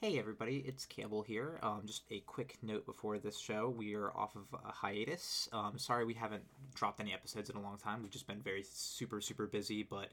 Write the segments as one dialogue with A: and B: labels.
A: Hey everybody, it's Campbell here. Um, just a quick note before this show. We are off of a hiatus. Um, sorry we haven't dropped any episodes in a long time. We've just been very super, super busy, but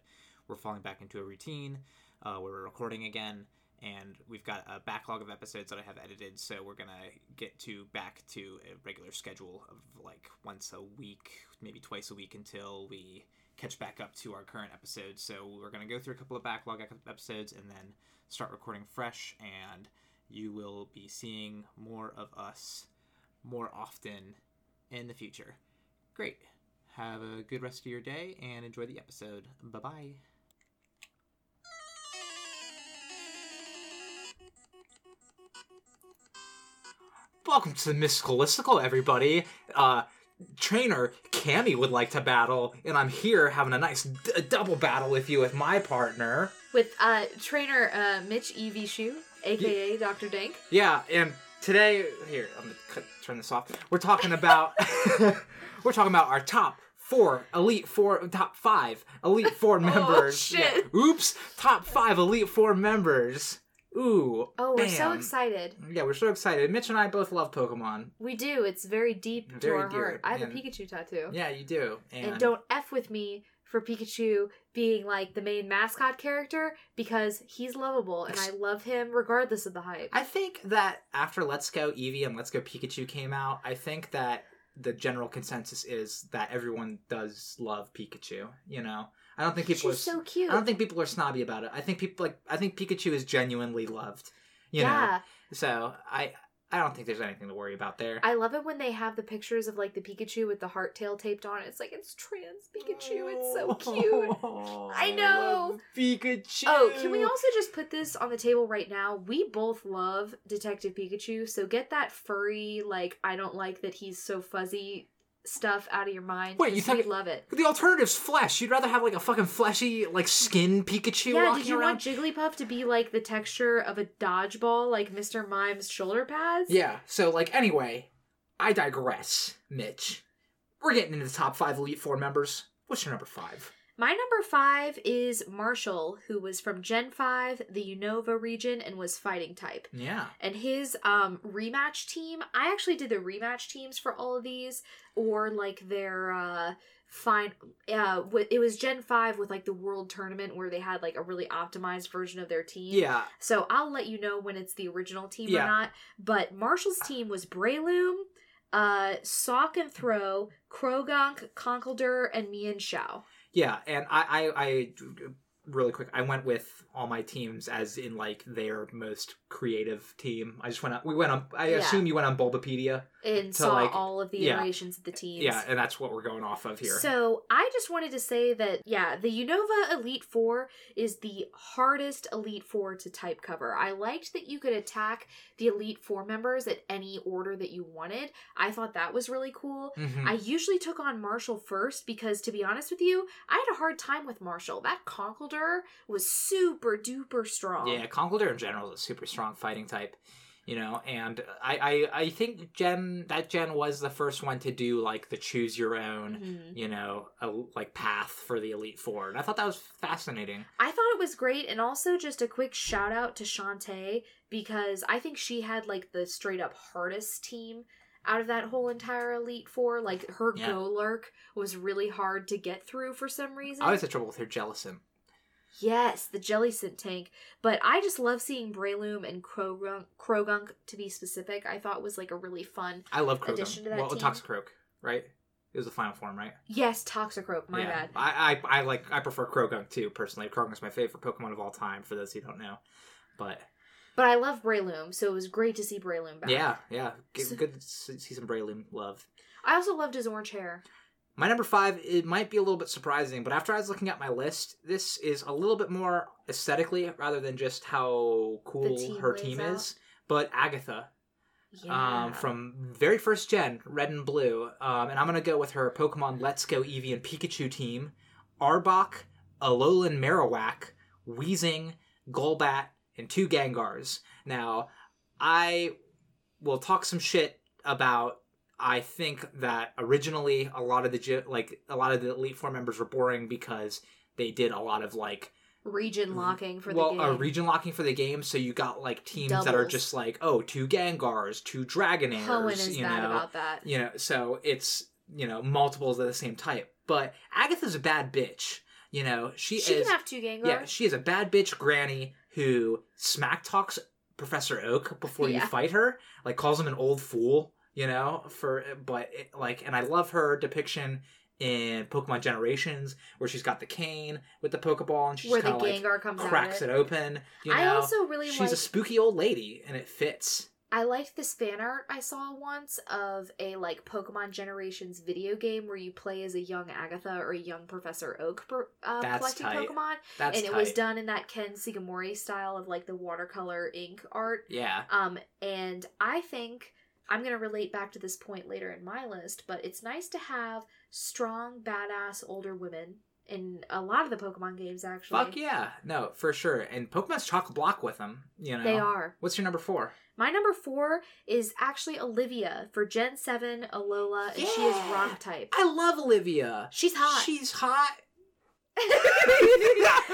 A: we're falling back into a routine. Uh, we're recording again, and we've got a backlog of episodes that I have edited, so we're going to get to back to a regular schedule of like once a week, maybe twice a week until we catch back up to our current episode. So we're going to go through a couple of backlog ep- episodes and then start recording fresh. And you will be seeing more of us more often in the future. Great. Have a good rest of your day and enjoy the episode. Bye bye. Welcome to the Mysticalistical, everybody. Uh, trainer Cammy would like to battle, and I'm here having a nice d- double battle with you with my partner.
B: with uh, trainer uh, Mitch Evie Shu, aka Dr. Dank.
A: Yeah, and today here I'm gonna cut, turn this off. We're talking about we're talking about our top four elite four top five elite four members.
B: Oh, shit.
A: Yeah. Oops, top five elite four members. Ooh.
B: Oh, we're so
A: bam.
B: excited.
A: Yeah, we're so excited. Mitch and I both love Pokemon.
B: We do. It's very deep to
A: Very
B: our
A: dear,
B: heart. I have a
A: and-
B: Pikachu tattoo.
A: Yeah, you do. And,
B: And don't F with me for Pikachu being like the main mascot character because he's lovable and I love him regardless of the hype.
A: I think that after Let's Go Eevee and Let's Go Pikachu came out, I think that the general consensus is that everyone does love Pikachu. You know, I don't think people are
B: She's so cute.
A: I don't think people are snobby about it. I think people like I think Pikachu is genuinely loved. You
B: yeah.
A: know. So I I don't think there's anything to worry about there.
B: I love it when they have the pictures of like the Pikachu with the heart tail taped on. it. It's like it's trans Pikachu. It's so cute. I know.
A: Oh, love Pikachu.
B: Oh, can we also just put this on the table right now? We both love Detective Pikachu, so get that furry, like, I don't like that he's so fuzzy stuff out of your mind.
A: Wait, you
B: 'cause
A: thought-
B: we love it.
A: The alternative's flesh. You'd rather have like a fucking fleshy like skin Pikachu
B: Yeah,
A: walking
B: did you
A: around.
B: want Jigglypuff to be like the texture of a dodgeball, like Mr. Mime's shoulder pads?
A: Yeah. So like anyway, I digress, Mitch. We're getting into the top five Elite Four members. What's your number five?
B: My number five is Marshall, who was from Gen 5, the Unova region, and was fighting type.
A: Yeah.
B: and his um rematch team i actually did the rematch teams for all of these or like their uh fine uh wh- it was gen 5 with like the world tournament where they had like a really optimized version of their team
A: Yeah.
B: so i'll let you know when it's the original team
A: Yeah.
B: or not but marshall's team was breloom uh sock and throw krogunk conkeldurr and mian shao
A: Yeah, and I, I, I really quick, I went with all my teams as in like their most creative team. I just went on, we went on, I
B: Yeah.
A: assume you went on Bulbapedia.
B: and
A: So,
B: saw
A: like,
B: all of the
A: yeah.
B: iterations of the teams
A: Yeah, and that's what we're going off of here.
B: So I just wanted to say that yeah, the Unova Elite Four is the hardest Elite Four to type cover. I liked that you could attack the Elite Four members at any order that you wanted. I thought that was really cool.
A: Mhm.
B: I usually took on Marshall first because, to be honest with you, I had a hard time with Marshall. That Conkeldurr was super duper strong.
A: yeah, Conkeldurr in general is a super strong fighting type, you know, and I, I, I think Gen, that Gen was the first one to do like the choose your own,
B: Mhm.
A: you know, a, like path for the Elite Four. And I thought that was fascinating.
B: I thought it was great, and also just a quick shout out to Shantae because I think she had like the straight up hardest team out of that whole entire Elite Four. Like her
A: Yeah.
B: Go Lurk was really hard to get through for some reason.
A: I always had trouble with her Jellison.
B: yes, the Jelly Scent tank, but I just love seeing Breloom and Krogunk, Krogunk to be specific. I thought was like a really fun.
A: I love
B: Addition to
A: Krogan.
B: that
A: Well,
B: team.
A: Toxicroak, right? It was the final form, right?
B: Yes, Toxicroak. My
A: Yeah.
B: bad.
A: I, I I like I prefer Krogunk too personally. Krogunk's my favorite Pokemon of all time. For those who don't know, but
B: But I love Breloom, so it was great to see Breloom back.
A: yeah, yeah, G-
B: So-
A: good to see see some Breloom love.
B: I also loved his orange hair.
A: My number five, it might be a little bit surprising, but after I was looking at my list, this is a little bit more aesthetically rather than just how cool
B: team
A: her
B: lays
A: team
B: out.
A: is. But Agatha,
B: Yeah.
A: um, from very first gen, Red and Blue, um, and I'm gonna go with her Pokemon Let's Go Eevee and Pikachu team: Arbok, Alolan Marowak, Weezing, Golbat, and two Gengars. Now, I will talk some shit about. I think that originally a lot of the ge- like a lot of the Elite Four members were boring because they did a lot of like
B: region locking for
A: Mm-hmm. well,
B: the game.
A: uh, region locking for the game, so you got like teams that are
B: Doubles.
A: just like, oh, two Gengars, two Dragonairs,
B: Hoenn is
A: you
B: bad
A: know,
B: about that.
A: you know. So it's you know multiples of the same type. But Agatha's a bad bitch. You know, she,
B: she
A: is
B: can have two Gengar.
A: yeah, she is a bad bitch granny who smack talks Professor Oak before you
B: Yeah.
A: fight her, like calls him an old fool, you know, for but it, like and I love her depiction in Pokemon Generations where she's got the cane with the Pokeball and she's
B: where the
A: kind of like
B: Gengar comes
A: cracks
B: out.
A: it open, you know.
B: I also really
A: she's
B: like
A: a spooky old lady and it fits.
B: I liked this fan art I saw once of a like Pokemon Generations video game where you play as a young Agatha or a young Professor Oak per, uh,
A: That's
B: collecting
A: tight.
B: Pokemon,
A: That's
B: and it was
A: tight.
B: done in that Ken Sugimori style of like the watercolor ink art.
A: Yeah.
B: Um, and I think I'm gonna relate back to this point later in my list, but it's nice to have strong, badass older women in a lot of the Pokemon games. Actually,
A: Fuck yeah. No, for sure. And Pokemon's chock a block with them, you know.
B: they are.
A: What's your number 4?
B: My number four is actually Olivia for Gen 7 Alola, and she is
A: Yeah.
B: rock type.
A: I love Olivia.
B: She's hot.
A: She's hot.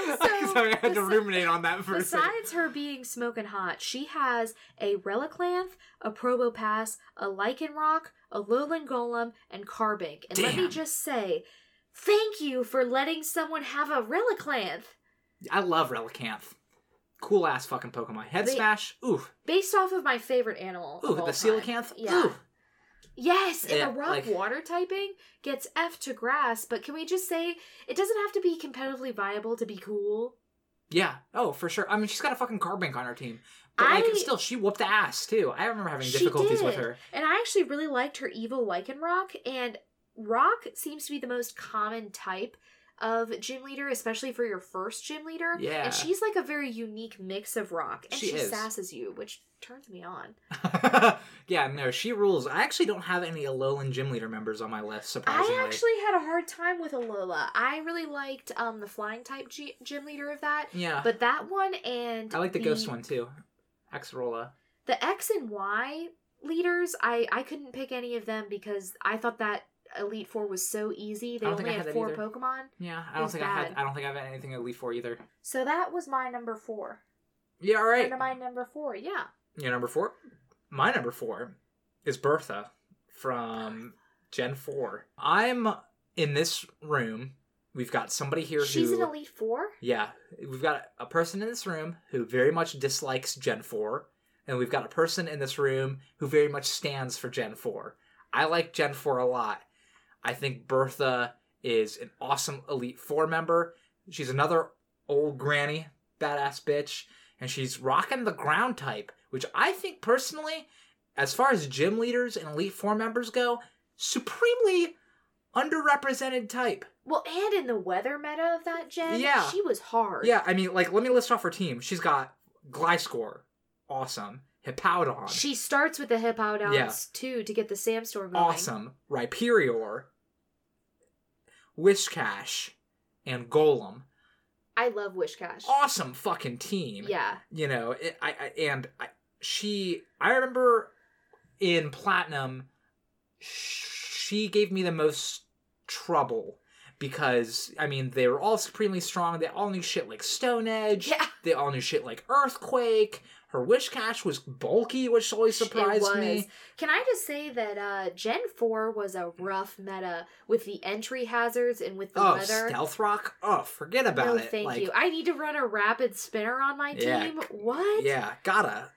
B: So,
A: Sorry, I had to
B: besi-
A: ruminate on that for a second.
B: Besides her being smoking hot, she has a Reliclanth, a Probopass, a Lycanroc, a Lowland Golem, and Carbink. And let me
A: Damn.
B: just say, thank you for letting someone have a Reliclanth.
A: I love Relicanth. Cool ass fucking Pokemon. Head
B: They-
A: smash. Ooh,
B: Based off of my favorite animal.
A: ooh,
B: of
A: the
B: all time.
A: Coelacanth.
B: Yeah.
A: Ooh,
B: Yes, and
A: Yeah,
B: the rock
A: like-
B: water typing gets F to grass, but can we just say it doesn't have to be competitively viable to be cool?
A: yeah. Oh, for sure. I mean, she's got a fucking Carbink on her team, but like,
B: I-
A: still, she whooped ass too. I remember having
B: She
A: difficulties with
B: did.
A: her.
B: And I actually really liked her evil Lycanroc, and rock seems to be the most common type of gym leader, especially for your first gym leader.
A: Yeah.
B: And she's like a very unique mix of rock, and
A: She
B: she,
A: is.
B: sasses you, which turns me on.
A: yeah, no, she rules. I actually don't have any Alolan gym leader members on my list. Surprisingly,
B: I actually had a hard time with Alola. I really liked um, the flying type G- gym leader of that.
A: yeah,
B: But that one and
A: Uh. I like the ghost one too. Axarola.
B: the X and Y leaders, I I couldn't pick any of them because I thought that Elite Four was so easy. They
A: don't
B: only
A: think I
B: had,
A: had that
B: four
A: either.
B: Pokemon.
A: Yeah, I
B: It
A: don't
B: was
A: think I had.
B: bad.
A: I don't think I have anything Elite Four either.
B: So that was my number four.
A: Yeah, all right.
B: And my number four, yeah.
A: Your number four? My number four is Bertha from Gen 4. I'm in this room. We've got somebody here
B: She's
A: who.
B: an Elite Four.
A: yeah. We've got a person in this room who very much dislikes Gen 4. And we've got a person in this room who very much stands for Gen 4. I like Gen 4 a lot. I think Bertha is an awesome Elite Four member. She's another old granny, badass bitch, and she's rocking the ground type, which I think personally, as far as gym leaders and Elite Four members go, supremely underrepresented type.
B: Well, and in the weather meta of that gen,
A: Yeah.
B: she was hard.
A: Yeah, I mean, like, let me list off her team. She's got Gliscor, awesome. Hippowdon,
B: She starts with the Hippowdons
A: Yeah.
B: too to get the Sandstorm going.
A: awesome. Rhyperior, Wishcash, and Golem.
B: I love Wishcash.
A: Awesome fucking team.
B: Yeah.
A: you know it, I, I and I, she i remember in platinum she gave me the most trouble because i mean they were all supremely strong they all knew shit like stone edge
B: Yeah.
A: they all knew shit like earthquake her wish cash was bulky which always surprised
B: it was.
A: me
B: Can I just say that uh, Gen 4 was a rough meta with the entry hazards and with the
A: oh
B: weather.
A: stealth rock oh forget about
B: no,
A: it
B: thank
A: like
B: you. I need to run a rapid spinner on my
A: Yeah.
B: team. What?
A: yeah gotta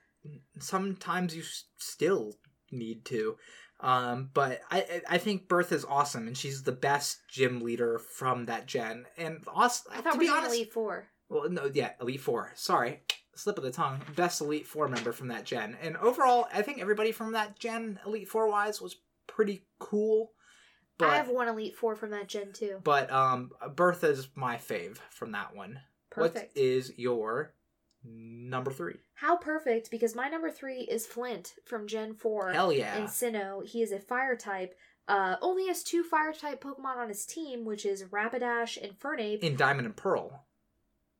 A: sometimes you s- still need to um but i I- i think bertha's awesome and she's the best gym leader from that gen and also
B: I thought
A: to
B: we
A: be
B: were
A: honest
B: only four.
A: well no yeah elite four sorry slip of the tongue best elite four member from that gen and overall i think everybody from that gen elite four wise was pretty cool but
B: I have one Elite Four from that Gen too.
A: but um bertha's my fave from that one
B: Perfect.
A: what is your number three
B: How perfect, because my number three is Flint from Gen 4.
A: hell yeah
B: And Sinnoh, he is a fire type. Uh, only has two fire type Pokemon on his team, which is Rapidash and Fernape.
A: in Diamond and Pearl,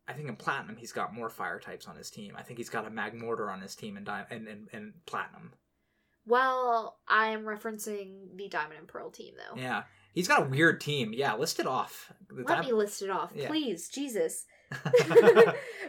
A: I think in Platinum he's got more fire types on his team. I think he's got a Magmortar on his team in Di- and, and, and Platinum.
B: well, I am referencing the Diamond and Pearl team, though.
A: Yeah. He's got a weird team. Yeah, list it off. The
B: Oh. Let
A: Dim-
B: me list it off,
A: Yeah.
B: please. Jesus.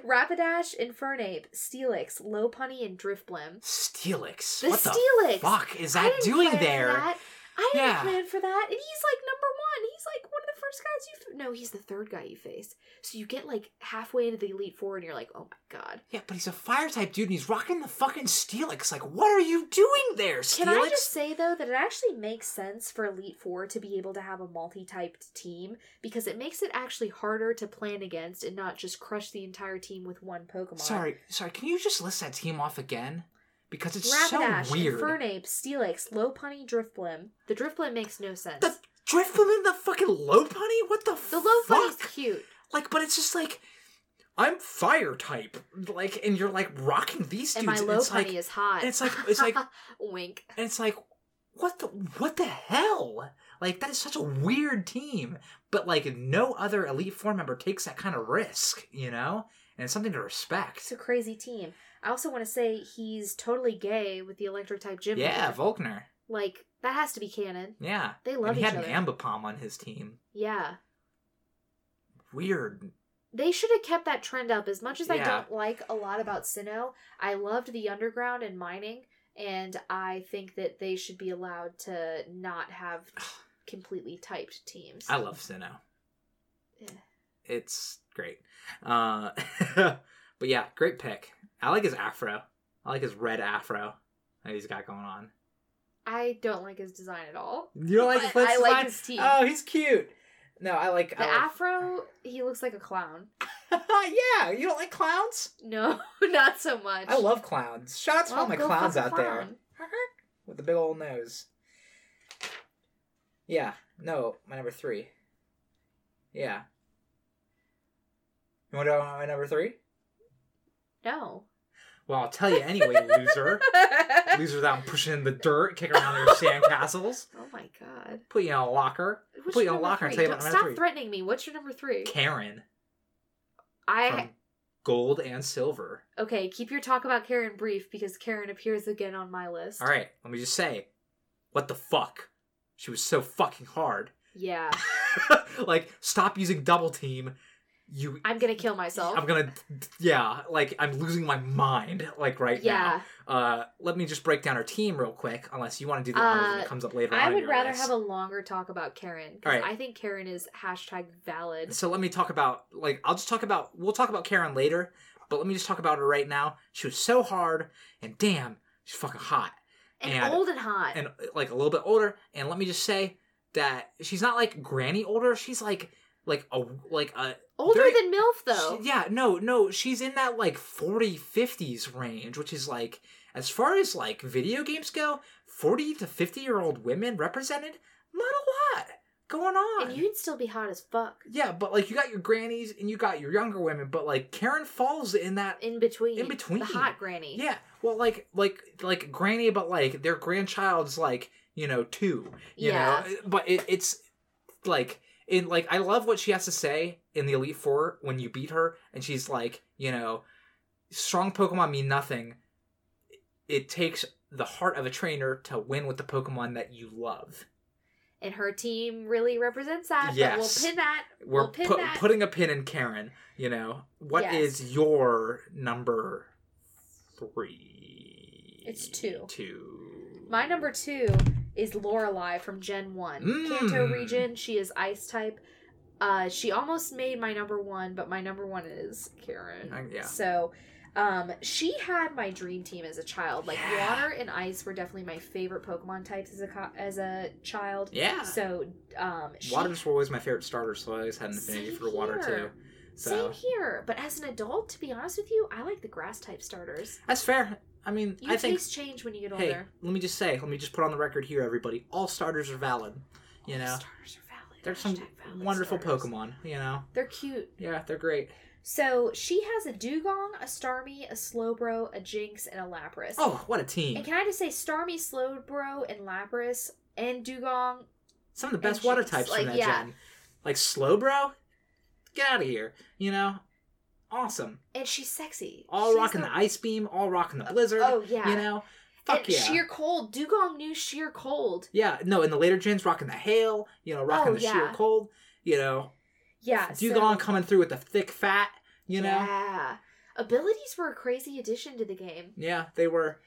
B: Rapidash, Infernape, Steelix, Lopunny, and Driftblim.
A: Steelix.
B: The
A: what
B: Steelix.
A: the fuck is
B: I
A: that
B: didn't
A: doing
B: plan for
A: there?
B: that. I didn't
A: Yeah.
B: plan for that. And he's like number one. He's like one of the first guys you. F- no, he's the third guy you face. So you get like halfway into the Elite Four, and you're like, oh my god.
A: Yeah, but he's a fire type dude, and he's rocking the fucking Steelix. Like, what are you doing there, Steelix?
B: Can I just say though that it actually makes sense for Elite Four to be able to have a multi-typed team because it makes it actually harder to plan against and not just crush the entire team with one Pokemon.
A: Sorry, sorry. Can you just list that team off again? Because it's
B: Rapidash,
A: so weird.
B: Infernape, Steelix, Lopunny, Driftblim. The Driftblim makes no sense.
A: the Driftblim and the fucking Lopunny? What the,
B: the
A: fuck?
B: Lopunny's cute.
A: Like, but it's just like, I'm fire type. Like, and you're like rocking these dudes.
B: And my
A: and
B: low
A: it's
B: punny
A: like,
B: is hot.
A: it's like- it's like-
B: wink.
A: and it's like, what the what the hell? Like, that is such a weird team. But like, no other Elite Four member takes that kind of risk, you know. And it's something to respect.
B: It's a crazy team. I also want to say he's totally gay with the electric type gym.
A: Yeah,
B: leader.
A: Volkner.
B: like that has to be canon.
A: Yeah.
B: They
A: And
B: love
A: he
B: each
A: had
B: other.
A: an Ambipom on his team.
B: yeah,
A: Weird.
B: they should have kept that trend up. As much as I
A: Yeah.
B: don't like a lot about Sinnoh, I loved the underground and mining, and I think that they should be allowed to not have completely typed teams.
A: I love Sinnoh.
B: Yeah.
A: It's great. Uh, but yeah, great pick. I like his afro. I like his red afro that he's got going on.
B: I don't like his design at all.
A: You don't like his
B: But I
A: Flint's
B: like
A: design?
B: his teeth.
A: Oh, he's cute. No, I like.
B: The
A: I
B: afro, he looks like a clown.
A: like... yeah, you don't like clowns?
B: No, not so much.
A: I love clowns. Shout out to
B: Well,
A: all my
B: go
A: clowns
B: fuck a
A: out there Uh-huh.
B: clown.
A: with the big old nose. Yeah. No, my number three. Yeah. You want to know my number three?
B: No.
A: Well, I'll tell you anyway, loser.
B: oh
A: Loser that I'm pushing in the dirt, kicking around your sandcastles,
B: my god.
A: put you in a locker,
B: What's
A: put you
B: your
A: in a
B: number
A: locker and
B: three?
A: tell you about
B: Don't-
A: my
B: Stop
A: number three.
B: threatening me. What's your number three?
A: Karen from
B: I
A: Gold and Silver.
B: okay. Keep your talk about Karen brief because Karen appears again on my list.
A: All right, let me just say, what the fuck? She was so fucking hard.
B: Yeah,
A: like, stop using double team. You,
B: I'm gonna kill myself.
A: I'm gonna, yeah, like I'm losing my mind, like right now.
B: yeah,
A: Uh, let me just break down our team real quick, unless you want to do the honors when
B: Uh,
A: it comes up later. on
B: I
A: in
B: would
A: your
B: rather
A: list.
B: have a longer talk about Karen
A: All
B: because
A: right.
B: I think Karen is hashtag valid.
A: So let me talk about like I'll just talk about we'll talk about Karen later, but let me just talk about her right now. She was so hard, and damn, she's fucking hot,
B: And,
A: and-
B: old and hot.
A: and like a little bit older. And let me just say that she's not like granny older. She's like like a like a
B: Older
A: very-
B: than MILF though.
A: she- yeah no no she's in that like 40 50s range, which is like as far as like video games go, 40 to 50 year old women represented not a lot going on.
B: and you'd still be hot as fuck.
A: Yeah, but like you got your grannies and you got your younger women, but like Karen falls in that.
B: In between.
A: In between.
B: The hot granny.
A: Yeah, well, like like like granny, but like their grandchild's like you know two, you
B: Yeah.
A: know. eh, But it, it's like in like I love what she has to say in the Elite Four when you beat her, and she's like, you know, strong Pokemon mean nothing. It takes the heart of a trainer to win with the Pokemon that you love.
B: And her team really represents that. But
A: Yes.
B: we'll pin that.
A: we're
B: We'll pin
A: pu-
B: that.
A: putting a pin in Karen. You know what
B: Yes.
A: is your number three?
B: It's two.
A: Two.
B: My number two is Lorelei from Gen 1. Kanto
A: Mm.
B: region. She is ice type. Uh, she almost made my number one, but my number one is Karen.
A: Uh, yeah.
B: So um, she had my dream team as a child. Like
A: Yeah.
B: water and ice were definitely my favorite Pokemon types as a co- as a child.
A: Yeah.
B: So um, she
A: Waters were always my favorite starter, so I always had an affinity
B: Same
A: for water
B: here.
A: too. So
B: Same here, but as an adult, to be honest with you, I like the grass type starters.
A: that's fair. I mean,
B: Your
A: I think.
B: tastes change when you get older.
A: Hey, let me just say, let me just put on the record here, everybody. All starters are valid. You know,
B: starters are valid.
A: there's some
B: Hashtag valid
A: wonderful
B: starters.
A: Pokemon. You know,
B: They're cute.
A: yeah, they're great.
B: So she has a dugong, a starmie, a slowbro, a jinx, and a lapras.
A: Oh, what a team!
B: And can I just say, starmie, slowbro, and lapras and dugong?
A: Some of the best
B: and
A: water
B: she's
A: types
B: like,
A: from that
B: yeah.
A: gen. Like Slowbro, get out of here. You know, awesome.
B: And she's sexy.
A: All
B: She's
A: rocking the ice beam, all rocking the blizzard.
B: Oh yeah.
A: You know,
B: and
A: fuck yeah.
B: sheer cold. Dugong knew sheer cold.
A: yeah, no, in the later gens, rocking the hail. You know, rocking
B: Oh,
A: the sheer
B: yeah.
A: cold. You know,
B: Yeah. so-
A: Dugong coming through with the thick fat.
B: Yeah.
A: You know? Yeah,
B: Abilities were a crazy addition to the game.
A: they were.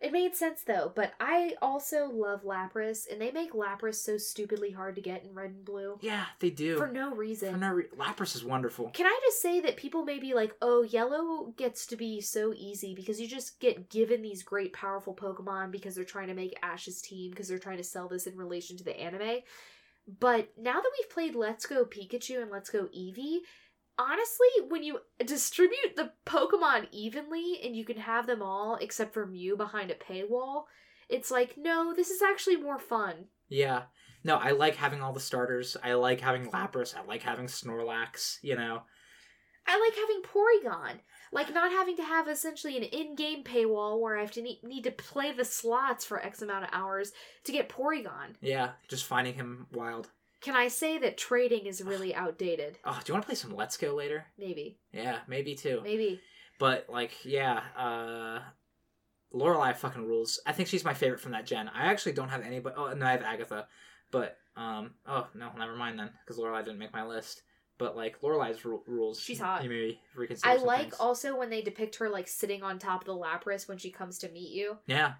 B: It made sense though, but I also love Lapras, and they make Lapras so stupidly hard to get in red and blue
A: Yeah, they do.
B: for no reason.
A: For no re- Lapras is wonderful.
B: Can I just say that people may be like, oh, yellow gets to be so easy because you just get given these great, powerful Pokemon because they're trying to make Ash's team, because they're trying to sell this in relation to the anime. But now that we've played Let's Go Pikachu and Let's Go Eevee, honestly, when you distribute the Pokemon evenly and you can have them all except for Mew behind a paywall, it's like, no, this is actually more fun.
A: Yeah. No, I like having all the starters. I like having Lapras. I like having Snorlax, you know?
B: I like having Porygon. Like not having to have essentially an in-game paywall where I have to ne- need to play the slots for X amount of hours to get Porygon.
A: Yeah, just finding him wild.
B: Can I say that trading is really outdated?
A: Oh, do you want to play some Let's Go later?
B: Maybe,
A: Yeah, maybe too.
B: maybe.
A: But like, yeah, uh Lorelai fucking rules. I think she's my favorite from that gen. I actually don't have anybody. Oh no, I have Agatha, but um, oh no, never mind then, because Lorelai didn't make my list. But like Lorelai's ru- rules,
B: She's hot.
A: You may reconsider.
B: I
A: some
B: like
A: things.
B: also when they depict her like sitting on top of the Lapras when she comes to meet you.
A: Yeah,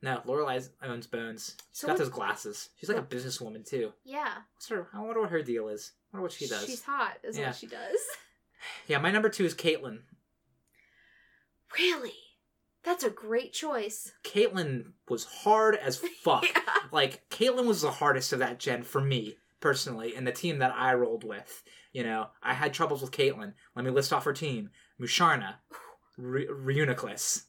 A: no, Lorelai owns Bones. She's
B: So
A: got
B: what-
A: those glasses. She's like a businesswoman too.
B: Yeah,
A: What's her? I wonder what her deal is. I wonder what she does.
B: She's hot, is
A: Yeah.
B: what she does.
A: Yeah, my number two is Caitlyn.
B: Really, that's a great choice.
A: Caitlyn was hard as fuck.
B: Yeah.
A: like Caitlyn was the hardest of that gen for me personally, and the team that I rolled with. You know, I had troubles with Caitlyn. Let me list off her team: Musharna, Re- Reuniclus,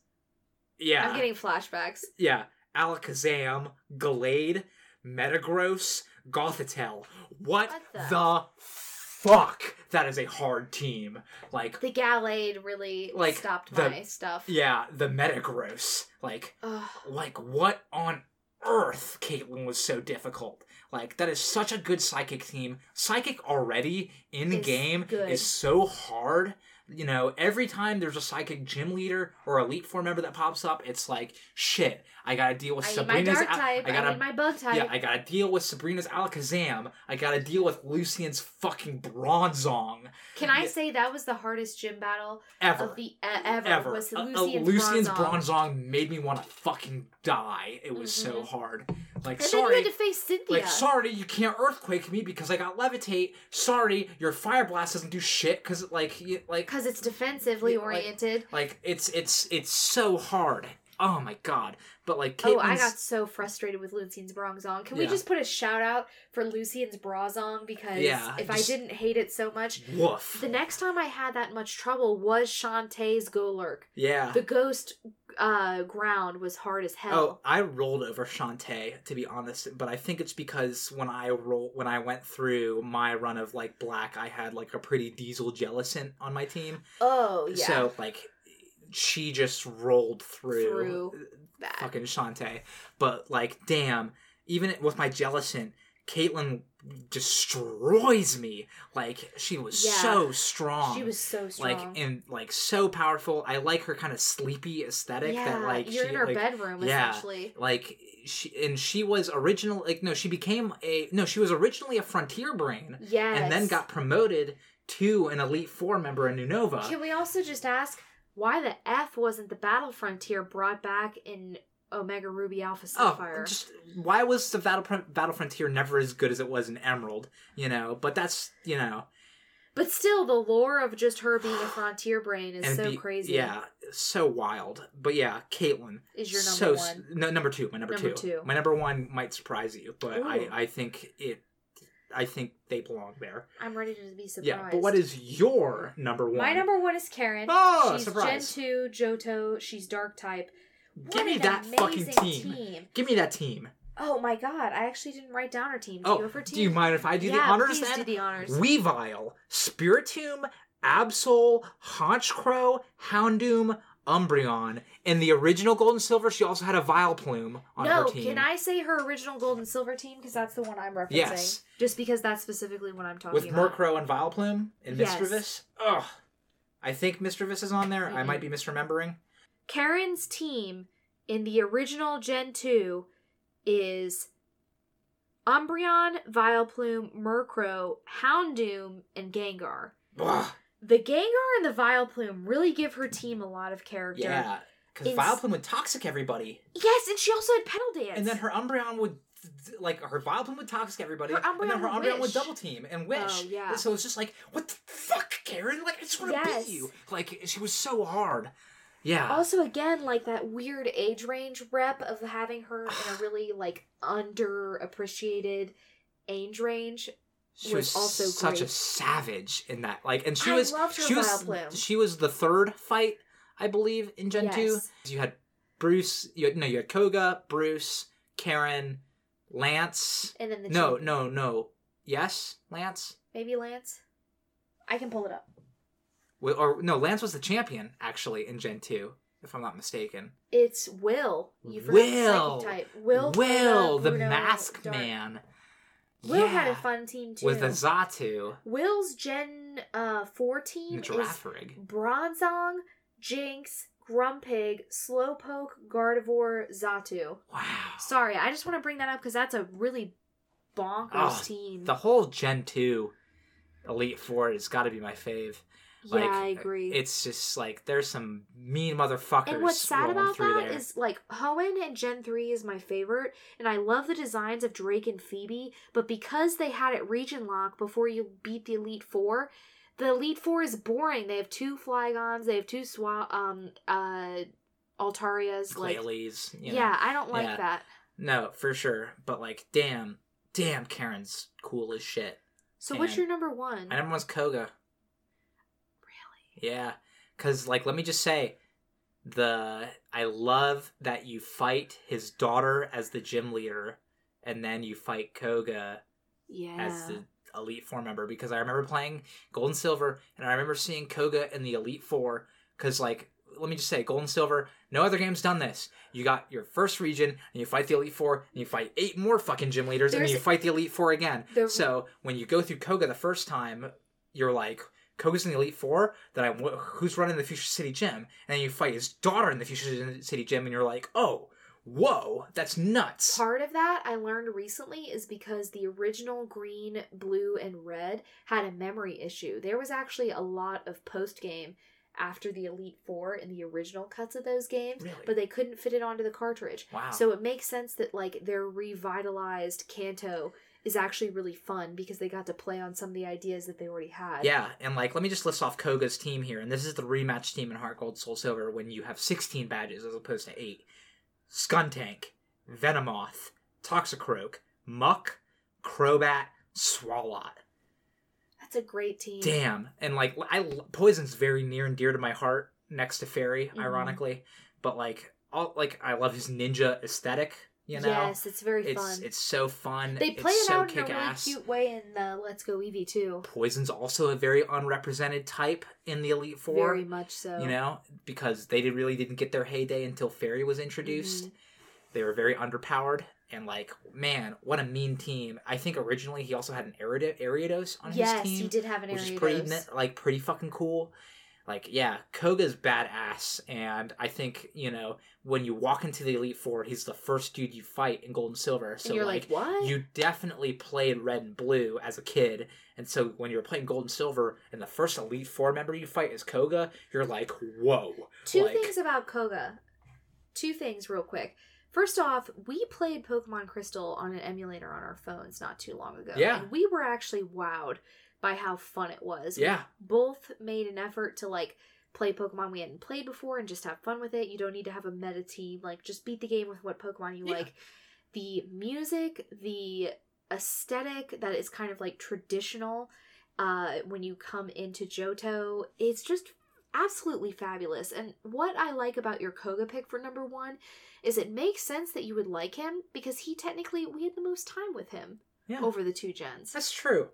A: yeah,
B: I'm getting flashbacks.
A: yeah, Alakazam, Gallade, Metagross, Gothitelle. What,
B: What
A: the?
B: the-
A: fuck? That is a hard team. Like,
B: The Gallade really
A: Like,
B: stopped
A: the-
B: my stuff.
A: yeah, the Metagross. Like,
B: Ugh.
A: like what on earth caitlyn was so difficult like that is such a good psychic team psychic already in
B: Is
A: game
B: good.
A: is so hard you know every time there's a psychic gym leader or elite four member that pops up it's like shit i gotta deal with
B: I need my
A: sabrina's
B: dark
A: Al-
B: type. I,
A: I gotta
B: need my bug type.
A: yeah, I gotta deal with Sabrina's Alakazam. I gotta deal with Lucian's fucking Bronzong
B: Can I
A: Yeah.
B: say that was the hardest gym battle
A: ever.
B: of the uh, ever,
A: ever.
B: was
A: A- a
B: Lucian's,
A: Lucian's
B: Bronzong.
A: Bronzong made me want to fucking die. It was so
B: Mhm.
A: hard. Like
B: And
A: sorry,
B: then you had to face Cynthia.
A: like sorry, you can't earthquake me because I got levitate. Sorry, your fire blast doesn't do shit because like you, like
B: because it's defensively
A: Yeah, like-
B: oriented.
A: like it's it's it's so hard. Oh my god! But like Caitlin's,
B: Oh, I got so frustrated with Lucian's Bronzong. Can we
A: Yeah.
B: just put a shout out for Lucian's Bronzong? Because
A: Yeah,
B: if
A: just-
B: I didn't hate it so much,
A: woof.
B: the next time I had that much trouble was Shantae's Golurk.
A: yeah.
B: The ghost uh, ground was hard as
A: Oh,
B: hell.
A: I rolled over Shantae to be honest, but I think it's because when I roll when I went through my run of like black, I had like a pretty diesel jellicent on my team.
B: Oh, yeah.
A: So like she just rolled through,
B: Through. Bad.
A: fucking Shantae. But like damn, even with my jealousy, Caitlyn destroys me. Like she was
B: Yeah.
A: so strong.
B: She was so strong.
A: like and like so powerful. I like her kind of sleepy aesthetic
B: yeah,
A: that like
B: you're
A: she
B: in her
A: like,
B: bedroom
A: yeah.
B: essentially.
A: like she and she was original like no she became a no she was originally a frontier brain
B: Yes.
A: and then got promoted to an elite four member in Unova.
B: Can we also just ask why the F wasn't the Battle Frontier brought back in Omega Ruby Alpha
A: Oh,
B: Sapphire?
A: just why was the battle Fron- battle frontier never as good as it was in Emerald? You know, but that's you know,
B: But still, the lore of just her being a frontier brain is
A: and
B: so
A: be-
B: crazy.
A: Yeah, so wild. But yeah, Caitlyn
B: Is your
A: so
B: number
A: s-
B: one.
A: no number two. My number,
B: Number
A: two.
B: two.
A: My number one might surprise you, but I
B: Ooh.
A: I think it. I think they belong there.
B: I'm ready to be surprised.
A: Yeah, but what is your number one?
B: My number one is Karen.
A: Oh,
B: she's
A: surprise.
B: Gen 2, Johto, she's Dark type. What
A: Give me
B: an
A: that fucking
B: amazing
A: team. Give me that team.
B: Oh my god, I actually didn't write down her team. Do
A: oh,
B: you have her team?
A: do you mind if I do
B: yeah,
A: the honors
B: please
A: then?
B: do the honors.
A: Weavile, Spiritomb, Absol, Honchcrow, Houndoom, Umbreon. In the original Gold and Silver, she also had a Vileplume on
B: no,
A: her team.
B: can I say her original gold and silver team? Because that's the one I'm referencing.
A: Yes.
B: Just because that's specifically what I'm talking
A: With
B: about.
A: Murkrow and Vileplume and
B: Yes.
A: Misdreavus? Ugh. I think Misdreavus is on there. I might be misremembering.
B: Karen's team in the original Gen 2 is Umbreon, Vileplume, Murkrow, Houndoom, and Gengar.
A: Ugh.
B: the Gengar and the Vileplume really give her team a lot of character.
A: Yeah, because
B: It's-
A: Vileplume would toxic everybody,
B: Yes, and she also had Petal Dance.
A: and then her Umbreon would like her Vileplume would toxic everybody,
B: Her
A: and then
B: Umbreon
A: her
B: would
A: Umbreon would
B: wish.
A: double team and wish.
B: Oh, yeah.
A: And So it's just like, what the fuck, Karen? Like I just want to
B: Yes.
A: beat you. Like she was so hard. Yeah.
B: also again like that weird age range rep of having her in a really like underappreciated age range.
A: she
B: was
A: was,
B: also
A: such a
B: great.
A: savage in that like and she
B: I
A: was
B: loved her
A: she was
B: Vileplume.
A: she was the third fight i believe in gen 2
B: Yes.
A: you had bruce you had, no you had koga bruce karen lance
B: And then the
A: no
B: G-
A: no no yes lance
B: maybe Lance. I can pull it up.
A: Wa- or no lance was the champion actually in gen 2 if i'm not mistaken
B: It's Will. You forgot
A: Will.
B: the psychic type. Will.
A: will
B: Kona,
A: the
B: Bruno,
A: mask
B: Dark.
A: man
B: Will had a
A: Yeah.
B: fun team too.
A: with uh, the zatu
B: Will's Gen uh four team
A: and
B: is
A: giraffe rig
B: Bronzong, Jinx, Grumpig, Slowpoke, Gardevoir, Zatu.
A: wow
B: Sorry, I just want to bring that up because that's a really bonkers
A: Oh,
B: team.
A: the whole Gen 2 Elite Four has got to be my fave.
B: yeah,
A: like,
B: I agree.
A: It's just like there's some mean motherfuckers.
B: and what's sad
A: rolling
B: about
A: through
B: that is
A: there.
B: like Hoenn and Gen 3 is my favorite, and I love the designs of Drake and Phoebe, but because they had it region lock before you beat the Elite Four, the Elite Four is boring. They have two Flygons, they have two Swa um uh Altarias, like
A: Clayleys, you know.
B: Yeah, I don't like
A: Yeah.
B: that.
A: No, for sure. But like, damn, damn, Karen's cool as shit.
B: So what's
A: And-
B: your number one?
A: My number one's Koga. Really? Yeah. Cause like let me just say, the I love that you fight his daughter as the gym leader, and then you fight Koga
B: yeah.
A: as the Elite Four member because I remember playing Gold and Silver, and I remember seeing Koga in the Elite Four. Because, like, let me just say, Gold and Silver, no other game's done this. You got your first region, and you fight the Elite Four, and you fight eight more fucking gym leaders, and then you
B: There's-
A: fight the Elite Four again.
B: The-
A: So when you go through Koga the first time, you're like. Koga's in the Elite Four. That I wa- who's running the Future City Gym, and then you fight his daughter in the Future City Gym, and you're like, oh, whoa, that's nuts.
B: Part of that I learned recently is because the original green, blue, and red had a memory issue. There was actually a lot of post game after the Elite Four in the original cuts of those games,
A: Really?
B: but they couldn't fit it onto the cartridge.
A: wow.
B: So it makes sense that like their revitalized Kanto is actually really fun because they got to play on some of the ideas that they already had.
A: Yeah, and like let me just list off Koga's team here, and this is the rematch team in Heart Gold Soul Silver when you have sixteen badges as opposed to eight. Skuntank, Venomoth, Toxicroak, Muck, Crobat, Swalot.
B: That's a great team.
A: Damn, and like I Poison's very near and dear to my heart, next to Fairy,
B: Mhm.
A: ironically. But like all like I love his ninja aesthetic. You know,
B: yes, it's very
A: it's
B: fun.
A: it's so fun.
B: they play
A: it's
B: it
A: so
B: out in a really
A: kick-ass.
B: cute way in the Let's Go Eevee too.
A: Poison's also a very unrepresented type in the Elite Four.
B: Very much so.
A: you know, because they did, really didn't get their heyday until Fairy was introduced.
B: Mhm.
A: They were very underpowered, and like, man, what a mean team! I think originally he also had an Ariado- Ariados on his
B: yes,
A: team,
B: he did have an
A: which is
B: Ariados.
A: pretty ni- like pretty fucking cool. Like, yeah, Koga's badass, and I think you know when you walk into the Elite Four, he's the first dude you fight in Gold and Silver. So
B: and you're
A: like
B: like, what?
A: you definitely played red and blue as a kid and so when you're playing gold and silver and the first elite four member you fight is koga you're like whoa
B: Two
A: like
B: things about Koga. Two things, real quick. First off, we played Pokemon Crystal on an emulator on our phones not too long ago.
A: Yeah.
B: And we were actually wowed by how fun it was.
A: yeah
B: Both made an effort to like play Pokemon we hadn't played before and just have fun with it. You don't need to have a meta team. Like, just beat the game with what Pokemon you
A: Yeah.
B: like. The music, the aesthetic that is kind of like traditional uh, when you come into Johto, it's just absolutely fabulous. And what I like about your Koga pick for number one is it makes sense that you would like him because he technically, we had the most time with him
A: Yeah.
B: over the two gens.
A: that's true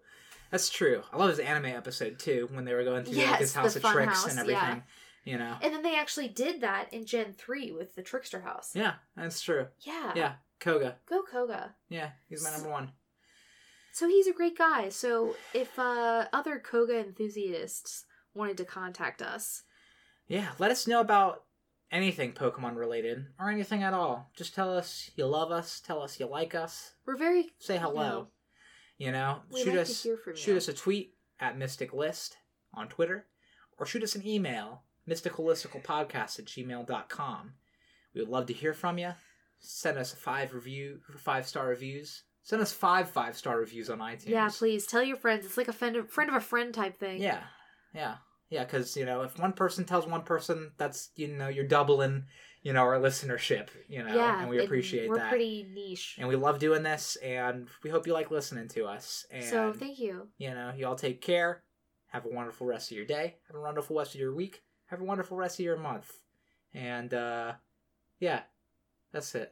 A: that's true i love his anime episode too when they were going through like,
B: Yes,
A: his
B: the
A: house of
B: fun
A: tricks
B: house,
A: and
B: yeah.
A: everything you know
B: And then they actually did that in Gen 3 with the Trickster House.
A: yeah that's true
B: Yeah.
A: yeah koga
B: Go Koga.
A: yeah he's my number one
B: So he's a great guy. So if uh, other Koga enthusiasts wanted to contact us,
A: yeah let us know about anything pokemon related or anything at all just tell us you love us tell us you like us
B: we're very
A: say hello. You know,
B: We
A: shoot
B: like to
A: us
B: hear from
A: shoot
B: you.
A: us a tweet at Mystic List on Twitter. or shoot us an email, mysticalisticalpodcast at gmail.com. We would love to hear from you. Send us five review, five star reviews. Send us five five star reviews on iTunes.
B: Yeah, please tell your friends. It's like a friend of, friend of a friend type thing.
A: Yeah, yeah, yeah. Because you know, if one person tells one person, that's you know, you're doubling, you know, our listenership. You know,
B: Yeah,
A: and we appreciate
B: we're
A: that.
B: pretty niche.
A: And we love doing this, and we hope you like listening to us. And
B: so thank you.
A: you know, you all take care. Have a wonderful rest of your day. Have a wonderful rest of your week. Have a wonderful rest of your month. And uh, yeah, that's it.